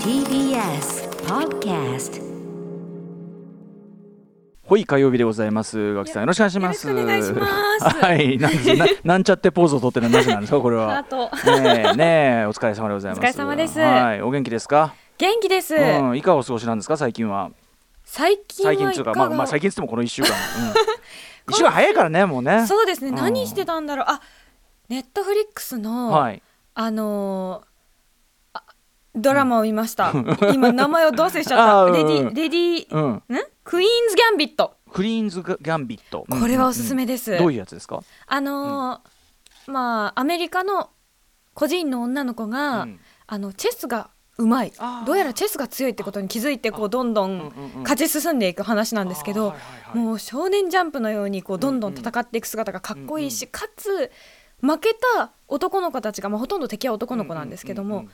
TBS Podcast ほい火曜日でございます。ガキさんよろしくお願いします。よろしくお願いしますはい、なんですななんちゃってポーズを取ってるのはなぜなんですかこれハーは。トねえねえお疲れ様でございます。お疲れ様ですはいお元気ですか。元気です、うんいかがお過ごしなんですか最近は。最近は最いか近つうがかまあまあ最近っつってもこの一週 間。うん、一週間早いからねもうね。そうですね、うん何してたんだろうあネットフリックスの、はい。あのーあドラマを見ました、今名前をどうせしち あゃうっんたレディレディ、うん。んクイーンズ・ギャンビットクリーンズガギャンビット。うんこれはおすすめです、うんどういうやつですか。あのーまあアメリカの個人の女の子が、うんあのチェスがうまいあーどうやらチェスが強いってことに気づいてこうどんどうんうんうんん勝ち進んでいく話なんですけど、あはいはいはいもう少年ジャンプのようにこうどんどんうんうん戦っていく姿がかっこいいし、うかつ負けた男の子たちが、まあ、ほとんど敵は男の子なんですけども、うんうんうん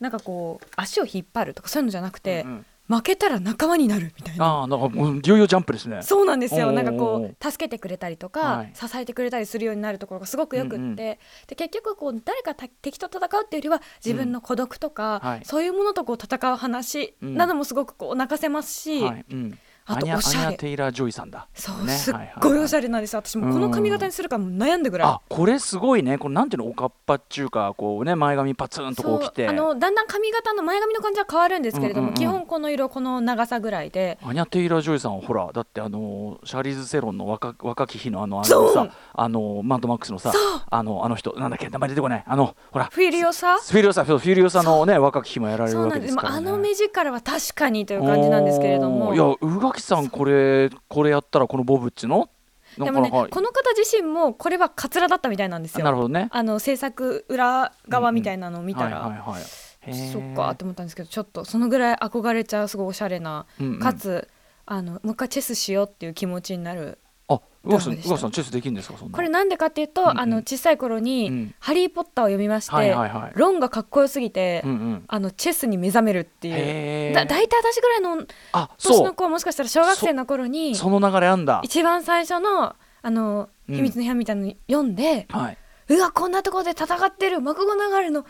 なんかこう足を引っ張るとかそういうのじゃなくて、うんうん負けたら仲間になるみたいな。ああなんかもういよいよジャンプですね。そうなんですおーよおーなんかこう助けてくれたりとか、はい支えてくれたりするようになるところがすごくよくって、うんうんで結局こう誰かた敵と戦うっていうよりは自分の孤独とか、うんはいそういうものとこう戦う話などもすごくこう泣かせますし、はい。うん。あとアニャおしゃアれニャテイラージョイさんだ。そう、ねすっはいはいごいはいおしゃれなんですよ私もこの髪型にするかも悩んでぐらい、あこれすごいねこれなんていうのおかっぱっちゅうかこうね前髪パツンとこうそきうてあのだんだん髪型の前髪の感じは変わるんですけれども、うんうんうん基本この色この長さぐらいでアニャ・テイラー・ジョイさんはほらだってあのーシャーリーズ・セロンの若若き日のあのあそのうさあのーマッドマックスのさあのあの人なんだっけ名前出てこないあのほらフィリオさフィリオサフィリオサのね若き日もやられるそうわなけんで、ですすまかあ、ら、あね、の目力は確かにという感じなんですけれどおーもいや宇垣さんこれこれやったらこのボブッチのなでかなもねかこの方自身もこれはカツラだったみたいなんですなるよほどねあの制作裏側みたいなのを見たら、はいはいはいへーそっかと思ったんですけどちょっとそのぐらい憧れちゃうすごいおしゃれな、うんうんかつあのもう一回チェスしようっていう気持ちになるあ宇垣さんドラ宇マでした垣さんチェスできるんですかそんなこれなんでかっていうと、んうんあの小さい頃うにん「ハリー・ポッター」を読みまして、はいはいはいロンがかっこよすぎて、うんうんあのチェスに目覚めるっていうへーだ大体私ぐらいのあ年そのう子はもしかしたら小学生の頃にその流れあんだ一番最初の「あのうん秘密の部屋」みたいなの読んで、はい、うわこんなところで戦ってるマクゴナガルの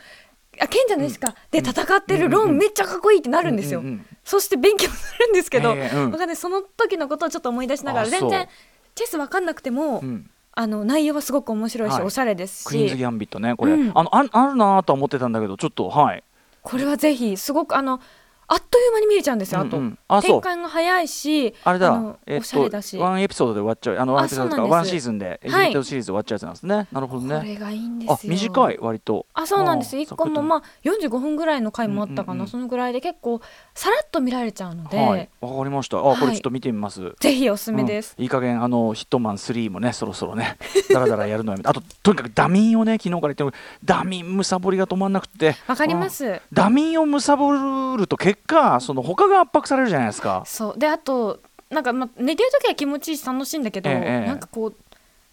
あ賢者の石か、で戦ってうるんうんうんロンめっちゃかっこいいってなるんですよ、うううんそして勉強するんですけど、へーうんわかんないその時のことをちょっと思い出しながあら全そう然チェスわかんなくても、うんあの内容はすごく面白いし、はいおしゃれですクイーンズ・ギしャンビットねこれ、うんあのああるなーとは思ってたんだけどちょっとはいこれはぜひすごくあのあっという間に見れちゃうんですよ、うんうんああとそう展開が早いしあれだの、えっおしゃれだしと、ワンエピソードで終わっちゃうあのあワンエピソードとかそうなワんンですシーズンでエグゼいクティブシリーズ終わっちゃうやつなんですねなるほどこねれがいいんですよあ短い割とあそうなんですあー1個もサまあ45分ぐらいの回もあったかな、うんうんうんそのぐらいで結構さらっと見られちゃうのクッとで、はいわかりましたあ、はいこれちょっと見てみますぜひおすすめです、うんいい加減あのヒットマン3もねそろそろね だらだらやるのやめてあととにかくダミーをね昨日から言ってるダミーむさぼりが止まんなくてわかりまうんすダミーをむさぼると結果その他が圧迫されるじゃないですかそうであとなんか、まあ、寝てる時は気持ちいいし楽しいんだけど、ええなんかこう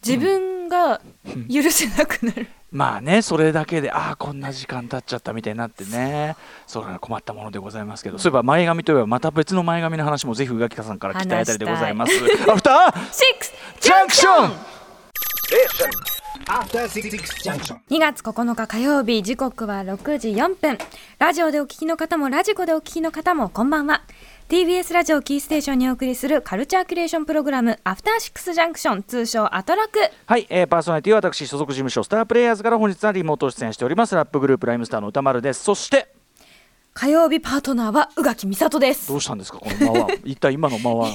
自分が許せな くなる、まあねそれだけでああこんな時間経っちゃったみたいになってねそれは困ったものでございますけどそういえば前髪といえばまた別の前髪の話もぜひ宇垣香さんから期待あたりでございます。アフターシックスジャンクション After Six Junction. 2月9日火曜日時刻は6時4分ラジオでお聞きの方もラジコでお聞きの方もこんばんは TBS ラジオキーステーションにお送りするカルチャーキュレーションプログラムアフターシックスジャンクション通称アトロクはい、えーパーソナリティは私所属事務所スタープレイヤーズから本日はリモート出演しておりますラップグループライムスターの歌丸ですそして火曜日パートナーは宇垣美里ですどうしたんですかこの 間は一体今の間は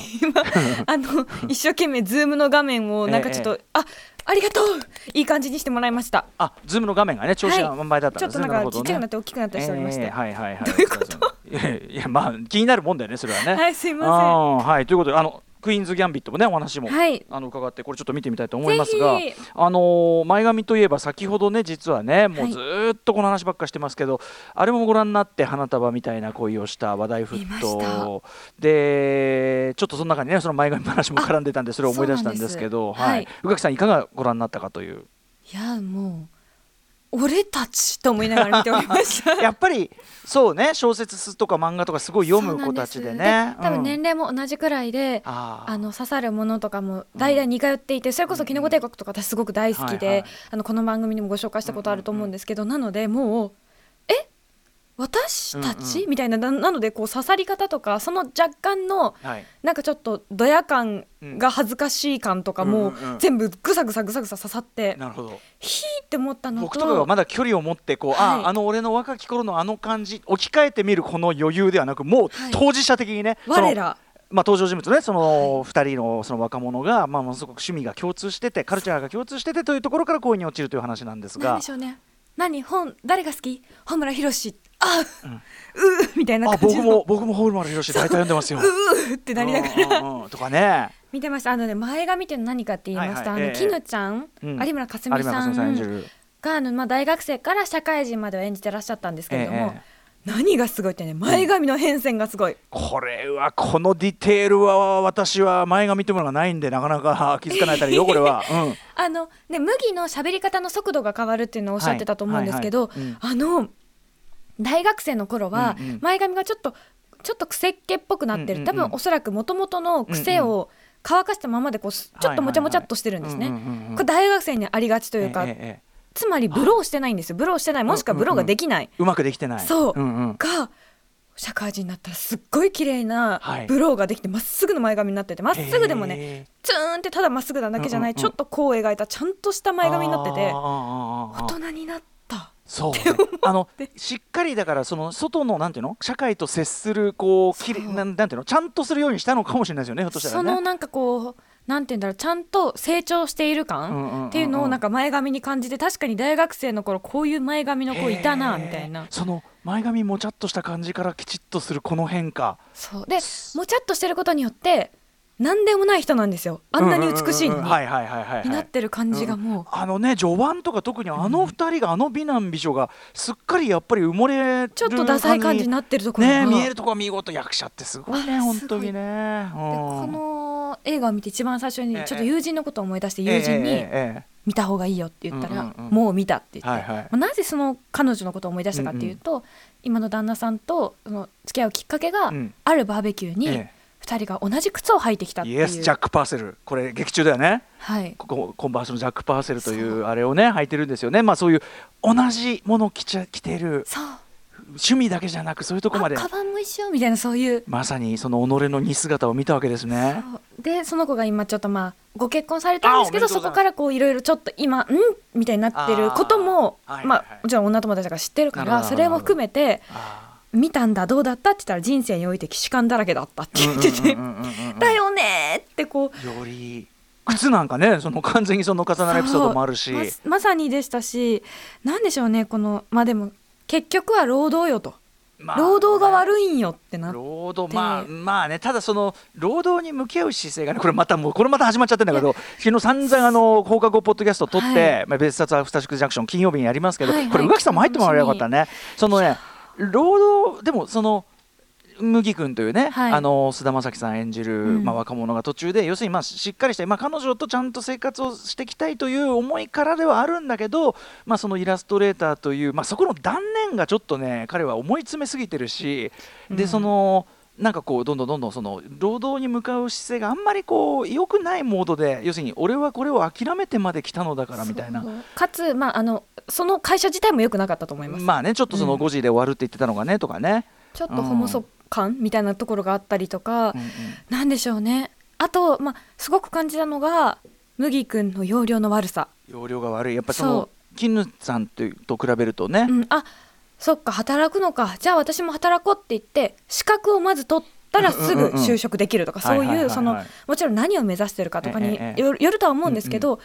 あの一生懸命ズームの画面をなんかちょっと、えあありがとういい感じにしてもらいましたあズームの画面がね調子が満杯だったちょんっですね、となんるかほどちっねちゃくなって大きくなったりしておりまして、えーはいはい はい。どういうこと？いやいやまあ気になるもんだよねそれはね。はいすいませんあーはいということであのクイーンズギャンビットもねお話も、はいあの伺ってこれちょっと見てみたいと思いますがぜひ、あのー前髪といえば先ほどね実はねもうはいずーっとこの話ばっかしてますけど、あれもご覧になって花束みたいな恋をした話題見沸まし騰でちょっとその中にねその前髪の話も絡んでたんで それを思い出したんですけど、そうなんはですい。宇垣さんいかがご覧になったかという。いやもう俺たちと思いながら見ておりま したやっぱりそうね小説とか漫画とかすごい読む子たちでそうなんねすで多分年齢も同じくらいで、あーあの刺さるものとかも代々似通っていて、それこそ「キノコ帝国」とか私すごく大好きで、はいはいあのこの番組にもご紹介したことあると思うんですけど、なのでもうえ私たち、うんうみたいなななのでこう刺さり方とかその若干のはいなんかちょっとドヤ感が恥ずかしい感とかうもんうんうん全部ぐさぐさぐさぐさ刺さってなるほどヒーって思ったのと僕とかがまだ距離を持ってこう、はあいあの俺の若き頃のあの感じ置き換えてみるこの余裕ではなくもうはい当事者的にね、その我らまあ、登場人物ねその2人のその若者が、まあ、ものすごく趣味が共通しててカルチャーが共通しててというところから恋に落ちるという話なんです何がでしょうね何本誰が好き本村博士あう、うーみたいなあ感じ僕のも僕もホールマル広志大体読んでますよ。うーってなりながらうんうんうんとかね見てましたあのね前髪っていうの何かって言いますと、はいはいええあの絹、ちゃん、うん有村架有純村さ架純んさん演じる。があの、まあ、大学生から社会人までを演じてらっしゃったんですけれども、ええ何がすごいってね前髪の変遷がすごい、これはこのディテールは私は前髪というものがないんでなかなか気づかないたりよこれは。うんあのね麦の喋り方の速度が変わるっていうのをおっしゃってたと思うんですけど、はいはいはいあの大学生の頃はうんうん前髪がちょっとちょっと癖っ気っぽくなってうる、んうんうん多分おそらくもともとの癖を乾かしたままでこうすちょっともちゃもちゃっとしてるんですね。はいはいはいうんうんうんうんこれ大学生にありがちというか、ええええつまりブローしてないんですよブローしてないもしくはブローができない、うまくできてない。そうんうんが社会人になったらすっごい綺麗なはいブローができてまっすぐの前髪になっててまっすぐでもねへえツーンってただまっすぐなだけじゃない、うんうんうんちょっとこう描いたちゃんとした前髪になっててあーあーあーあー大人になったそう ね、あのしっかりだからその外のなんていうの社会と接するこうきれそうなんなんていうのちゃんとするようにしたのかもしれないですよねひょっとしたらそね。のなんかこうなんて言うんだろうちゃんと成長しているうんうんうんうん感っていうのをなんか前髪に感じて確かに大学生の頃こういう前髪の子いたなみたいへなーその前髪もちゃっとした感じからきちっとするこの変化そうでもちゃっとしてることによって何でもない人なんですよあんなに美しいのうんうんうんうんにはいはいはいはいはいになってる感じがもうあのね序盤とか特にあの二人が、あの美男美女がすっかりやっぱり埋もれるちょっとダサい感じになってるところがね見えるとこは見事役者ってすごいねあ本当にね。でうこんの映画を見て一番最初にええちょっと友人のことを思い出して友人ええにええええ「見た方がいいよ」って言ったうんらうんう「んもう見た」って言って、はいはいまあなぜその彼女のことを思い出したかっていうと、今の旦那さんとその付き合うきっかけが、うんあるバーベキューにえ2え人が同じ靴を履いてきたってイいう、エス・ジャック・パーセル、これ、劇中だよね、はい、ここコンバースのジャック・パーセルといそううあれをね、履いてるんですよね、まあ、そういう同じものを着ちゃ着てる、そう趣味だけじゃなく、そういうとこまあで、カバンも一緒みたいなそういう。まさにその己の似姿を見たわけですね。でその子が今ちょっとまあご結婚されたんですけあおめどでとうそございこますからこういろいろちょっと今んみたいになってることもあーはいはいはいまあもちろん女友達が知ってるかなるほらどそれも含めてあ見たんだどうだったって言ったら人生において既視感だらけだったって言っててうんうんうんうんうん「だよね!」ってこうより靴なんかね、その完全にその重なるエピソードもあるし、そうまさまさにでしたしなんでしょうねこのまあでも結局は労働よとまあ労働が悪いんよってなって労働まあまあねただその労働に向き合う姿勢がねこれまたもうこれまた始まっちゃってんだけど昨日散々あの放課後ポッドキャスト撮って、はいまあ、別冊アフターシックスジャンクション金曜日にやりますけど、はいはいこれ宇垣さんも入ってもらえばよかったねそのね労働でもその麦君というね、はいあの菅田将暉さん演じる、うんまあ、若者が途中で要するにまあししっかりして、まあ、彼女とちゃんと生活をしていきたいという思いからではあるんだけど、まあ、そのイラストレーターという、まあ、そこの断念がちょっとね彼は思い詰めすぎてるしで、うんそのなんかこうどんどんどんどんその労働に向かう姿勢があんまりこう良くないモードで要するに俺はこれを諦めてまで来たのだからみたいなそうかつまああのその会社自体も良くなかったと思います、まあねちょっとそのうん5時で終わるって言ってたのがねとかね。ちょっとホモソ感みたいなところがあったりとか、うんうんなんでしょうねあとまあすごく感じたのが麦君の容量の悪さ、容量が悪いやっぱそそのう絹さんというと比べるとね、うん、あそっか働くのかじゃあ私も働こうって言って資格をまず取ったらすぐ就職できるとかうんうんそうんうはいはいはいはいういそのもちろん何を目指してるかとかえにえええよるよるとは思うんですけど、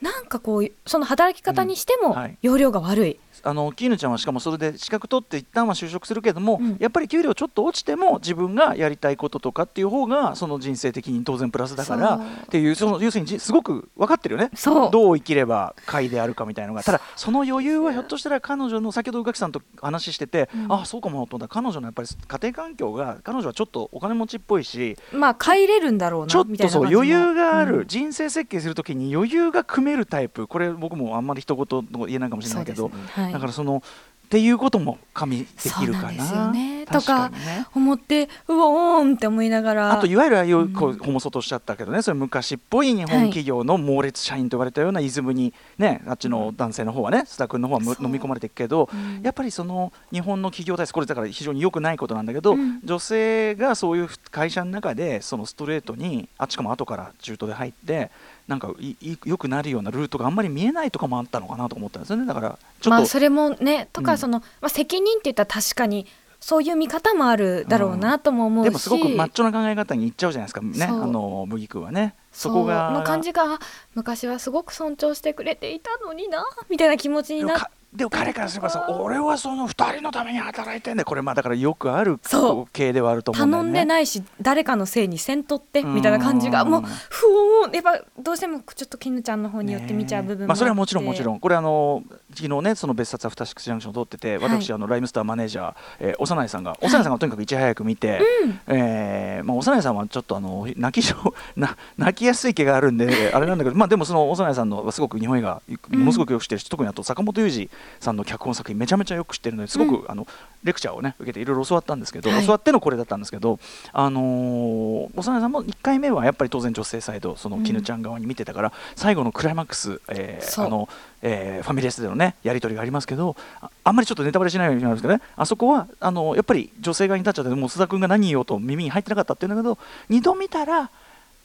なんかこうその働き方にしてうんもはい容量が悪い、あの絹ちゃんはしかもそれで資格取って一旦は就職するけども、うんやっぱり給料ちょっと落ちても自分がやりたいこととかっていう方がその人生的に当然プラスだからそうっていうその要するにじすごく分かってるよねそうどう生きれば快であるかみたいなのがただその余裕はひょっとしたら彼女の先ほど宇垣さんと話してて、うんああそうかもと思ったら彼女のやっぱり家庭環境が彼女はちょっとお金持ちっぽいしまあ帰れるんだろうちょなっみたいとそなう感じの余裕がある、うん人生設計するときに余裕が組めるタイプこれ僕もあんまり一言の言えないかもしれそないうけですどね、はいだからそのっていうことも加味でそきうるなかんでな。すよねねと確かかにね思ってうおーんって思いながらあといわゆるああいうこうホモソとおっしゃったけどね、それ昔っぽい日本企業の猛烈社員と言われたようなイズムに、ね、あっちの男性の方はね須田君の方はむそう飲み込まれていくけど、うんやっぱりその日本の企業体制これだから非常に良くないことなんだけど、うん女性がそういう会社の中でそのストレートにあっちかも後から中途で入ってなんかいい良くなるようなルートがあんまり見えないとかもあったのかなと思ったんですよねだからちょっと、まあそれもねとうかんその、まあ、責任って言ったら確かにそういう見方もあるだろうなとも思うし、でもすごくマッチョな考え方にいっちゃうじゃないですかねあそうの麦君はね。そそうこがの感じがあ昔はすごく尊重してくれていたのになみたいな気持ちにでもなっかでも彼からすればさあー俺はその2人のために働いてんだよこれまあだからよくあるそう光景ではあると思うんだよ頼ね。んでないし誰かのせいにせんとってうんみたいな感じがもうふおーやっぱどうしてもちょっと絹ちゃんの方によって見ちゃう部分もあって、まあ、それはもちろんもちろんこれあの昨日ねその別冊アフターシックスジャンクションを撮っててい私、あのライムスターマネージャー、えー、幼いさんが幼いさんがとにかくいち早く見て、えーまあ、幼いさんはちょっとあの泣き症な 泣きやすい毛があるん であれなんだけど、まあ、でもその幼いさんのすごく日本映画ものすごくよく知ってるし、特にあと坂本龍二さんの脚本作品めちゃめちゃよく知ってるのですごく、あのレクチャーをね受けていろいろ教わったんですけど、はい教わってのこれだったんですけど、あのー幼いさんも1回目はやっぱり当然女性サイドその絹ちゃん側に見てたから、最後のクライマックス、えーえーそうあのえーファミレスでの、ね、やり取りがありますけどああんまりちょっとネタバレしないようになるんですけどねあそこはあのやっぱり女性側に立っちゃってもう須田君が何言おうと耳に入ってなかったっていうんだけど二度見たら、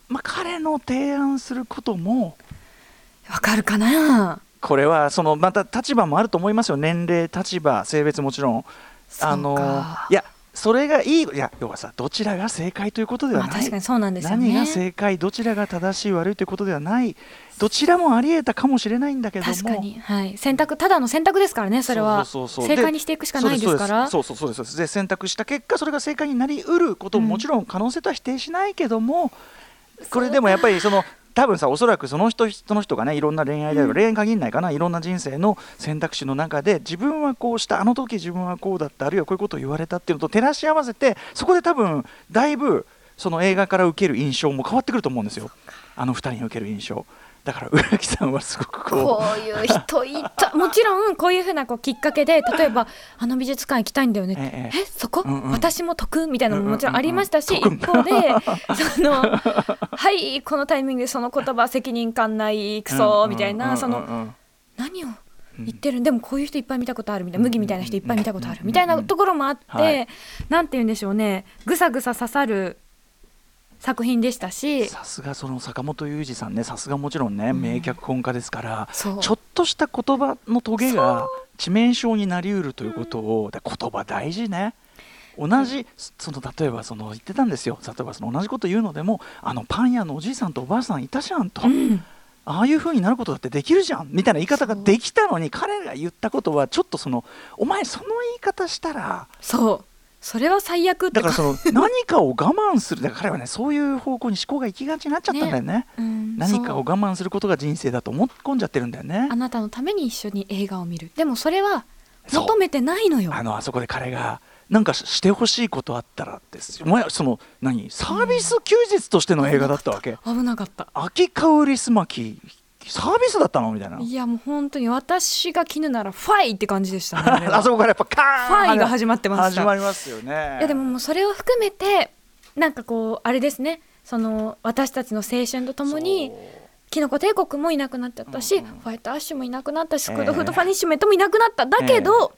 まあ、彼の提案することもわかるかなこれはそのまた立場もあると思いますよ年齢立場性別もちろん。あのそうかいやそれがいいいや要はさどちらが正解ということではまあ、ない、確かにそうなんですよね何が正解どちらが正しい悪いということではないどちらもありえたかもしれないんだけども確かに、はい、選択ただの選択ですからねそれはそうそうそうそう正で解にしていくしかないですからそうですそうですそうですそうですで選択した結果それが正解になりうることもうんもちろん可能性とは否定しないけども、これでもやっぱりその多分さおそらくその人その人がねいろんな恋愛である、うん恋愛に限らないかないろんな人生の選択肢の中で自分はこうしたあの時自分はこうだったあるいはこういうことを言われたっていうのと照らし合わせてそこで多分だいぶその映画から受ける印象も変わってくると思うんですよあの二人に受ける印象だから浦木さんはすごくこうこういう人いたもちろんこういうふうなこうきっかけで例えばあの美術館行きたいんだよねってえええそこ、うんうん私も得みたいなのももちろんありましたし、うんうんうん一 方でそのはいこのタイミングでその言葉責任感ないクソみたいな、うんうんうんうんその何を言ってるんでもこういう人いっぱい見たことあるみたいなうん麦みたいな人いっぱい見たことあるうんみたいなところもあって、はいなんて言うんでしょうねぐさぐさ刺さる作品でしたしさすがその坂本雄二さんねさすがもちろんね、ん名脚本家ですからそうちょっとした言葉のトゲが致命傷になりうるということを、だ言葉大事ね同じその例えばその言ってたんですよ例えばその同じこと言うのでもあのパン屋のおじいさんとおばあさんいたじゃんと、ああいう風になることだってできるじゃんみたいな言い方ができたのに彼が言ったことはちょっとそのお前その言い方したらそうそれは最悪っだてからその何かを我慢するだから彼はねそういう方向に思考が行きがちになっちゃったんだよねうん何かをそう我慢することが人生だと思い込んじゃってるんだよねあなたのために一緒に映画を見るでもそれはそう求めてないのよあのあそこで彼がなんかししてほしいことあったらですお前その何サービス休日としての映画だったわけ、危なかった秋香りすまきサービスだったのみたいないやもう本当に私が絹ならファイって感じでし たねあれはあそこからやっぱカーンファイが始まってました始まりますよねいやでももうそれを含めてなんかこうあれですねその私たちの青春とともにそうキノコ帝国もいなくなっちゃったし、うんうんホワイトアッシュもいなくなったしスええクードフードパニッシュメントもいなくなっただけど、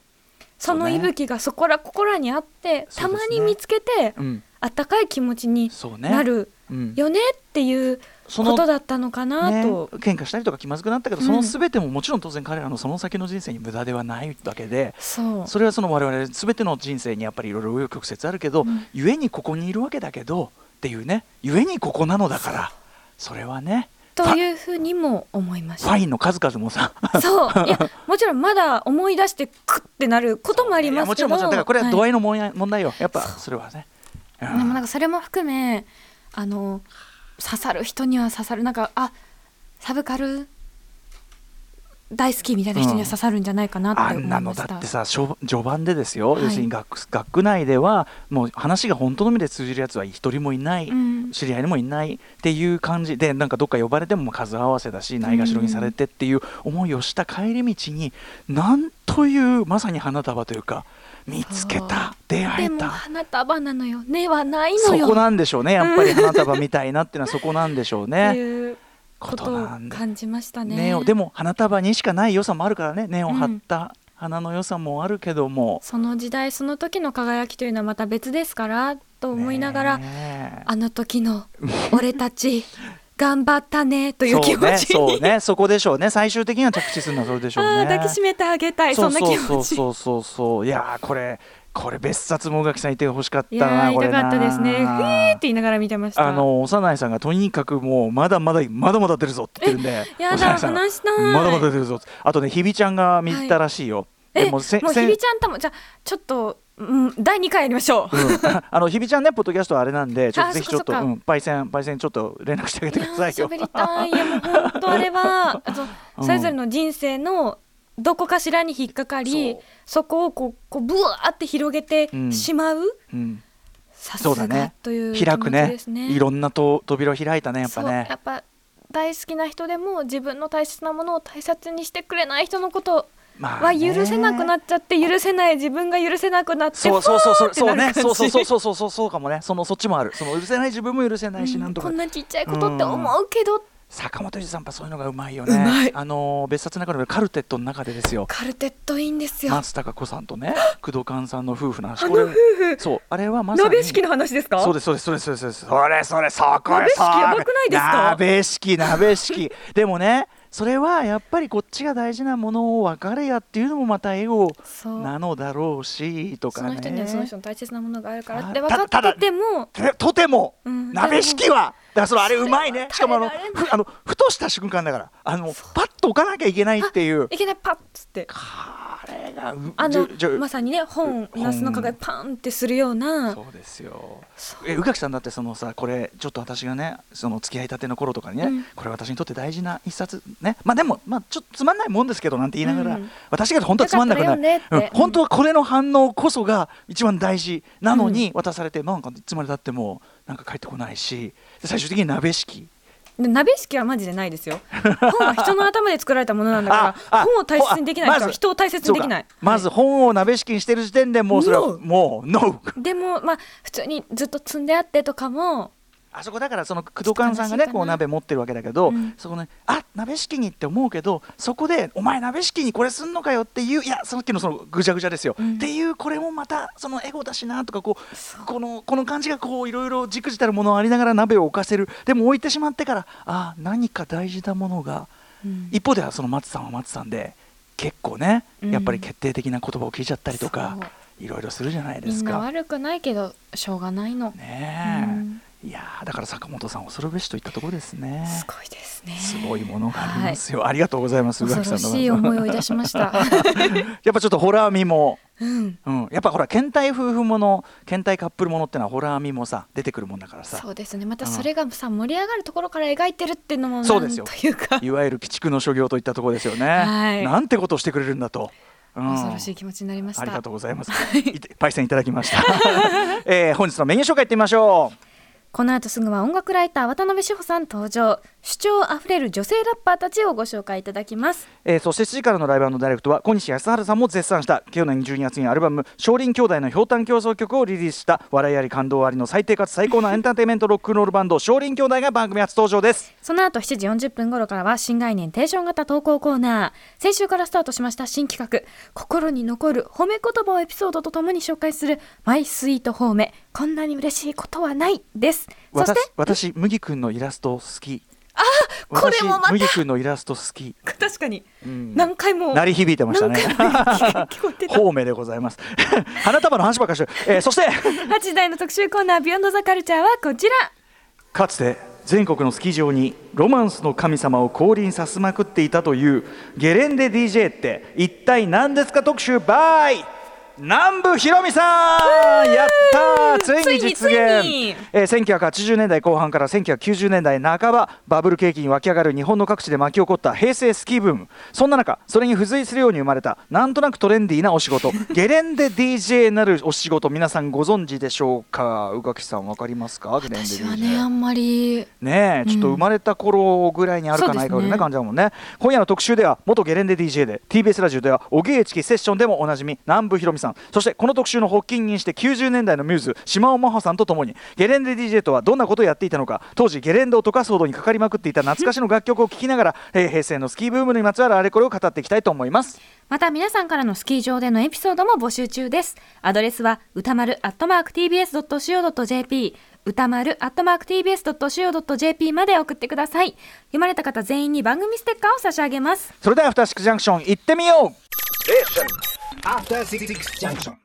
そのそうね息吹がそこらここらにあって、そたうですねまに見つけて、うんあったかい気持ちにそうねなるうんよねっていうそのことだったのかなね、と、喧嘩したりとか気まずくなったけど、うんその全てももちろん当然彼らのその先の人生に無駄ではないわけで、そうそれはその我々全ての人生にやっぱりいろいろ紆余曲折あるけど、うん故にここにいるわけだけどっていうね故にここなのだからそれはねとファいうふうにも思いましファインの数々もさ た。そういやもちろんまだ思い出してクッてなることもありいやますもちけどろんもちろんだからこれは度合いいの問題,、問題よやっぱそれはね。うんでもなんかそれも含めあの刺さる人には刺さるなんかあサブカル大好きみたいな人には刺さるんじゃないかなってあ思いんなのました、だってさしょ序盤でですよ、はい要するに学学区内ではもう話が本当の意味で通じるやつは一人もいない、うん知り合いにもいないっていう感じでなんかどっか呼ばれても数合わせだしないがしろにされてっていう思いをした帰り道になんというまさに花束というか見つけそうた出えたでも花束なのよ根はないのそよこなんでしょうねやっぱり花束みたいなっていうのはそこなんでしょうって ね。いうここととをなんで感じましたね根をでも花束にしかない良さもあるからね根を張った花の良さもあるけども、その時代その時の輝きというのはまた別ですからと思いながら、ねえあの時の俺たち頑張ったねという気持ちそうねそうに、ねそこでしょうね最終的には着地するのはそれでしょうあね。あ抱きしめてあげたいそそうんな気持そうちそうそうそうそういやーこれこれ別冊もがきさんいてほしかっいたやなーこれ痛なかったですねふえーって言いながら見てましたあの幼いさんがとにかくもうまだまだまだまだ出るぞって言ってるんでやだ長内さんが話したいまだまだ出るぞってあとねひびちゃんが見たらしいよ、えもうせひせんびちゃんともじゃあちょっと、うん、第2回やりましょう、うん あのひびちゃんねポッドキャストはあれなんでちょっあとぜひそちっょかっそとっかうんパイセンパイセンちょっと連絡してあげてくださいよいやー喋りたいいやもう本当あ れはあとうんそれぞれの人生のどこかしらに引っかかりそそうこをこうこうブワーって広げてうんしまう、 うんさすそうだがねという気持開ちくでねすねいろんなと扉を開いたねやっぱそうねやっぱ大好きな人でも自分の大切なものを大切にしてくれない人のことまは許せなくなってっちゃって許せない自分が許せなくなってそうそうそうそうそうねふそわーうそうってなる感じそうそうそうそうそうかもねそのそっちもあるその許せない自分も許せないし、うんなんとこかんなちっちゃいことって思うけど、坂本龍一さんやっぱそういうのがうまいよねうまいあの別冊の中のカルテットの中でですよカルテットいいんですよ。松たか子さんとね工藤寛さんの夫婦の話あのこれ夫婦そうあれはまさに鍋式の話ですかそうですそうですそうですそうですそれそれそこ鍋れ敷そこやばくないですか鍋式鍋式でもねそれはやっぱりこっちが大事なものを分かれやっていうのもまたエゴそうなのだろうしとそかのね人にはその人の大切なものがあるからってあ分かたたっだててもてとてもうん鍋敷はだからそれあれうまいねしそれかもあのは耐えられないふあのふとした瞬間だからあのパッと置かなきゃいけないっていういきなりパッつってあれがうあのじゅじゅまさにね本本ナスの輝パンってするようなそうですよそ。え宇垣さんだってそのさこれちょっと私がねその付き合いたての頃とかにね、うんこれ私にとって大事な一冊ねまあでもまあちょっとつまんないもんですけどなんて言いながら、うん私が本当はつまんなくない、よかったら読んでってうん本当はこれの反応こそが一番大事なのに渡されて、なんかいつまでたってもなんか返ってこないしで最終的に鍋敷で鍋式はマジでないですよ本は人の頭で作られたものなんだからああ本を大切にできないほ人あはまず人を大切にできないそうかまず本を鍋敷にしてる時点でもうそれは No もうノーでもまあ普通にずっと積んであってとかもあそこだからその工藤勘さんがちょねっと悲しいかなこう鍋持ってるわけだけど、うんそこねあ鍋敷にって思うけどそこでお前鍋敷にこれすんのかよっていういやさっきのそのぐちゃぐちゃですよ、うんっていうこれもまたそのエゴだしなとかこそうこのこの感じがこういろいろじくじたるものありながら鍋を置かせるでも置いてしまってからあ何か大事なものが、うん一方ではその松さんは松さんで結構ねうんやっぱり決定的な言葉を聞いちゃったりとか、いろいろするじゃないでみすんなか。悪くないけどしょうがないのねえうんいやーだから坂本さん恐るべしといったところですね。すごいですねすごいものがありますよ。ありがとうございます。宇垣恐さろんのしい思いをいたしました やっぱちょっとホラー味も、うんうん、やっぱほら倦怠夫婦もの、倦怠カップルものってのはホラー味もさ出てくるもんだからさそ。うですねまたそれがさ盛り上がるところから描いてるっていうのもそうなんですよというかいわゆる鬼畜の所業といったところですよね。はいなんてことをしてくれるんだと。うん恐ろしい気持ちになりましたありがとうございます。いてパイセンいただきました。 えー、本日のメニュー紹介いってみましょう。この後すぐは音楽ライター渡辺志保さん登場主張あふれる女性ラッパーたちをご紹介いただきますえーそして7時からのライブダイレクトは小西康晴さんも絶賛した去年12月にアルバム「少林兄弟のひょうたん競争曲」をリリースした笑いあり感動ありの最低かつ最高なエンターテインメントロックンロールバンド少林兄弟が番組初登場ですその後7時40分頃からは新概念テーション型投稿コーナー先週からスタートしました新企画心に残る褒め言葉をエピソードとともに紹介するマイスイート褒めこんなに嬉しいことはないですそして私私麦君のイラスト好きあこれもまた麦君のイラスト好き、 確かにうん何回も鳴り響いてましたね何回も聞こえて た方面でございます花束の話ばっかりしてる、えーそして8時台の特集コーナービヨンドザカルチャーはこちらかつて全国のスキー場にロマンスの神様を降臨させまくっていたというゲレンデ DJ って一体何ですか特集バイ南部ひろみさんやっったついに実現ついにえー1980年代後半から1990年代半ばバブル景気に湧き上がる日本の各地で巻き起こった平成スキーブームそんな中それに付随するように生まれたなんとなくトレンディーなお仕事ゲレンデ DJ なるお仕事皆さんご存知でしょうか宇垣さんわかりますかゲレンデ DJ 私はねあんまりねえちょっとうん生まれた頃ぐらいにあるかないかぐそうでらいすなね感じだもんね今夜の特集では元ゲレンデ DJ で TBS ラジオではおげえちきセッションでもおなじみ南部ひろみさんそしてこの特集の発起人にして90年代のミューズ島尾真帆さんとともにゲレンデ DJ とはどんなことをやっていたのか当時ゲレンデを溶かすほどにかかりまくっていた懐かしの楽曲を聴きながら、えー平成のスキーブームにまつわるあれこれを語っていきたいと思いますまた皆さんからのスキー場でのエピソードも募集中です。アドレスは歌丸 @tbs.co.jp 歌丸 @tbs.co.jp まで送ってください。読まれた方全員に番組ステッカーを差し上げます。それではアフターシックスジャンクション行ってみよう After Six Junction.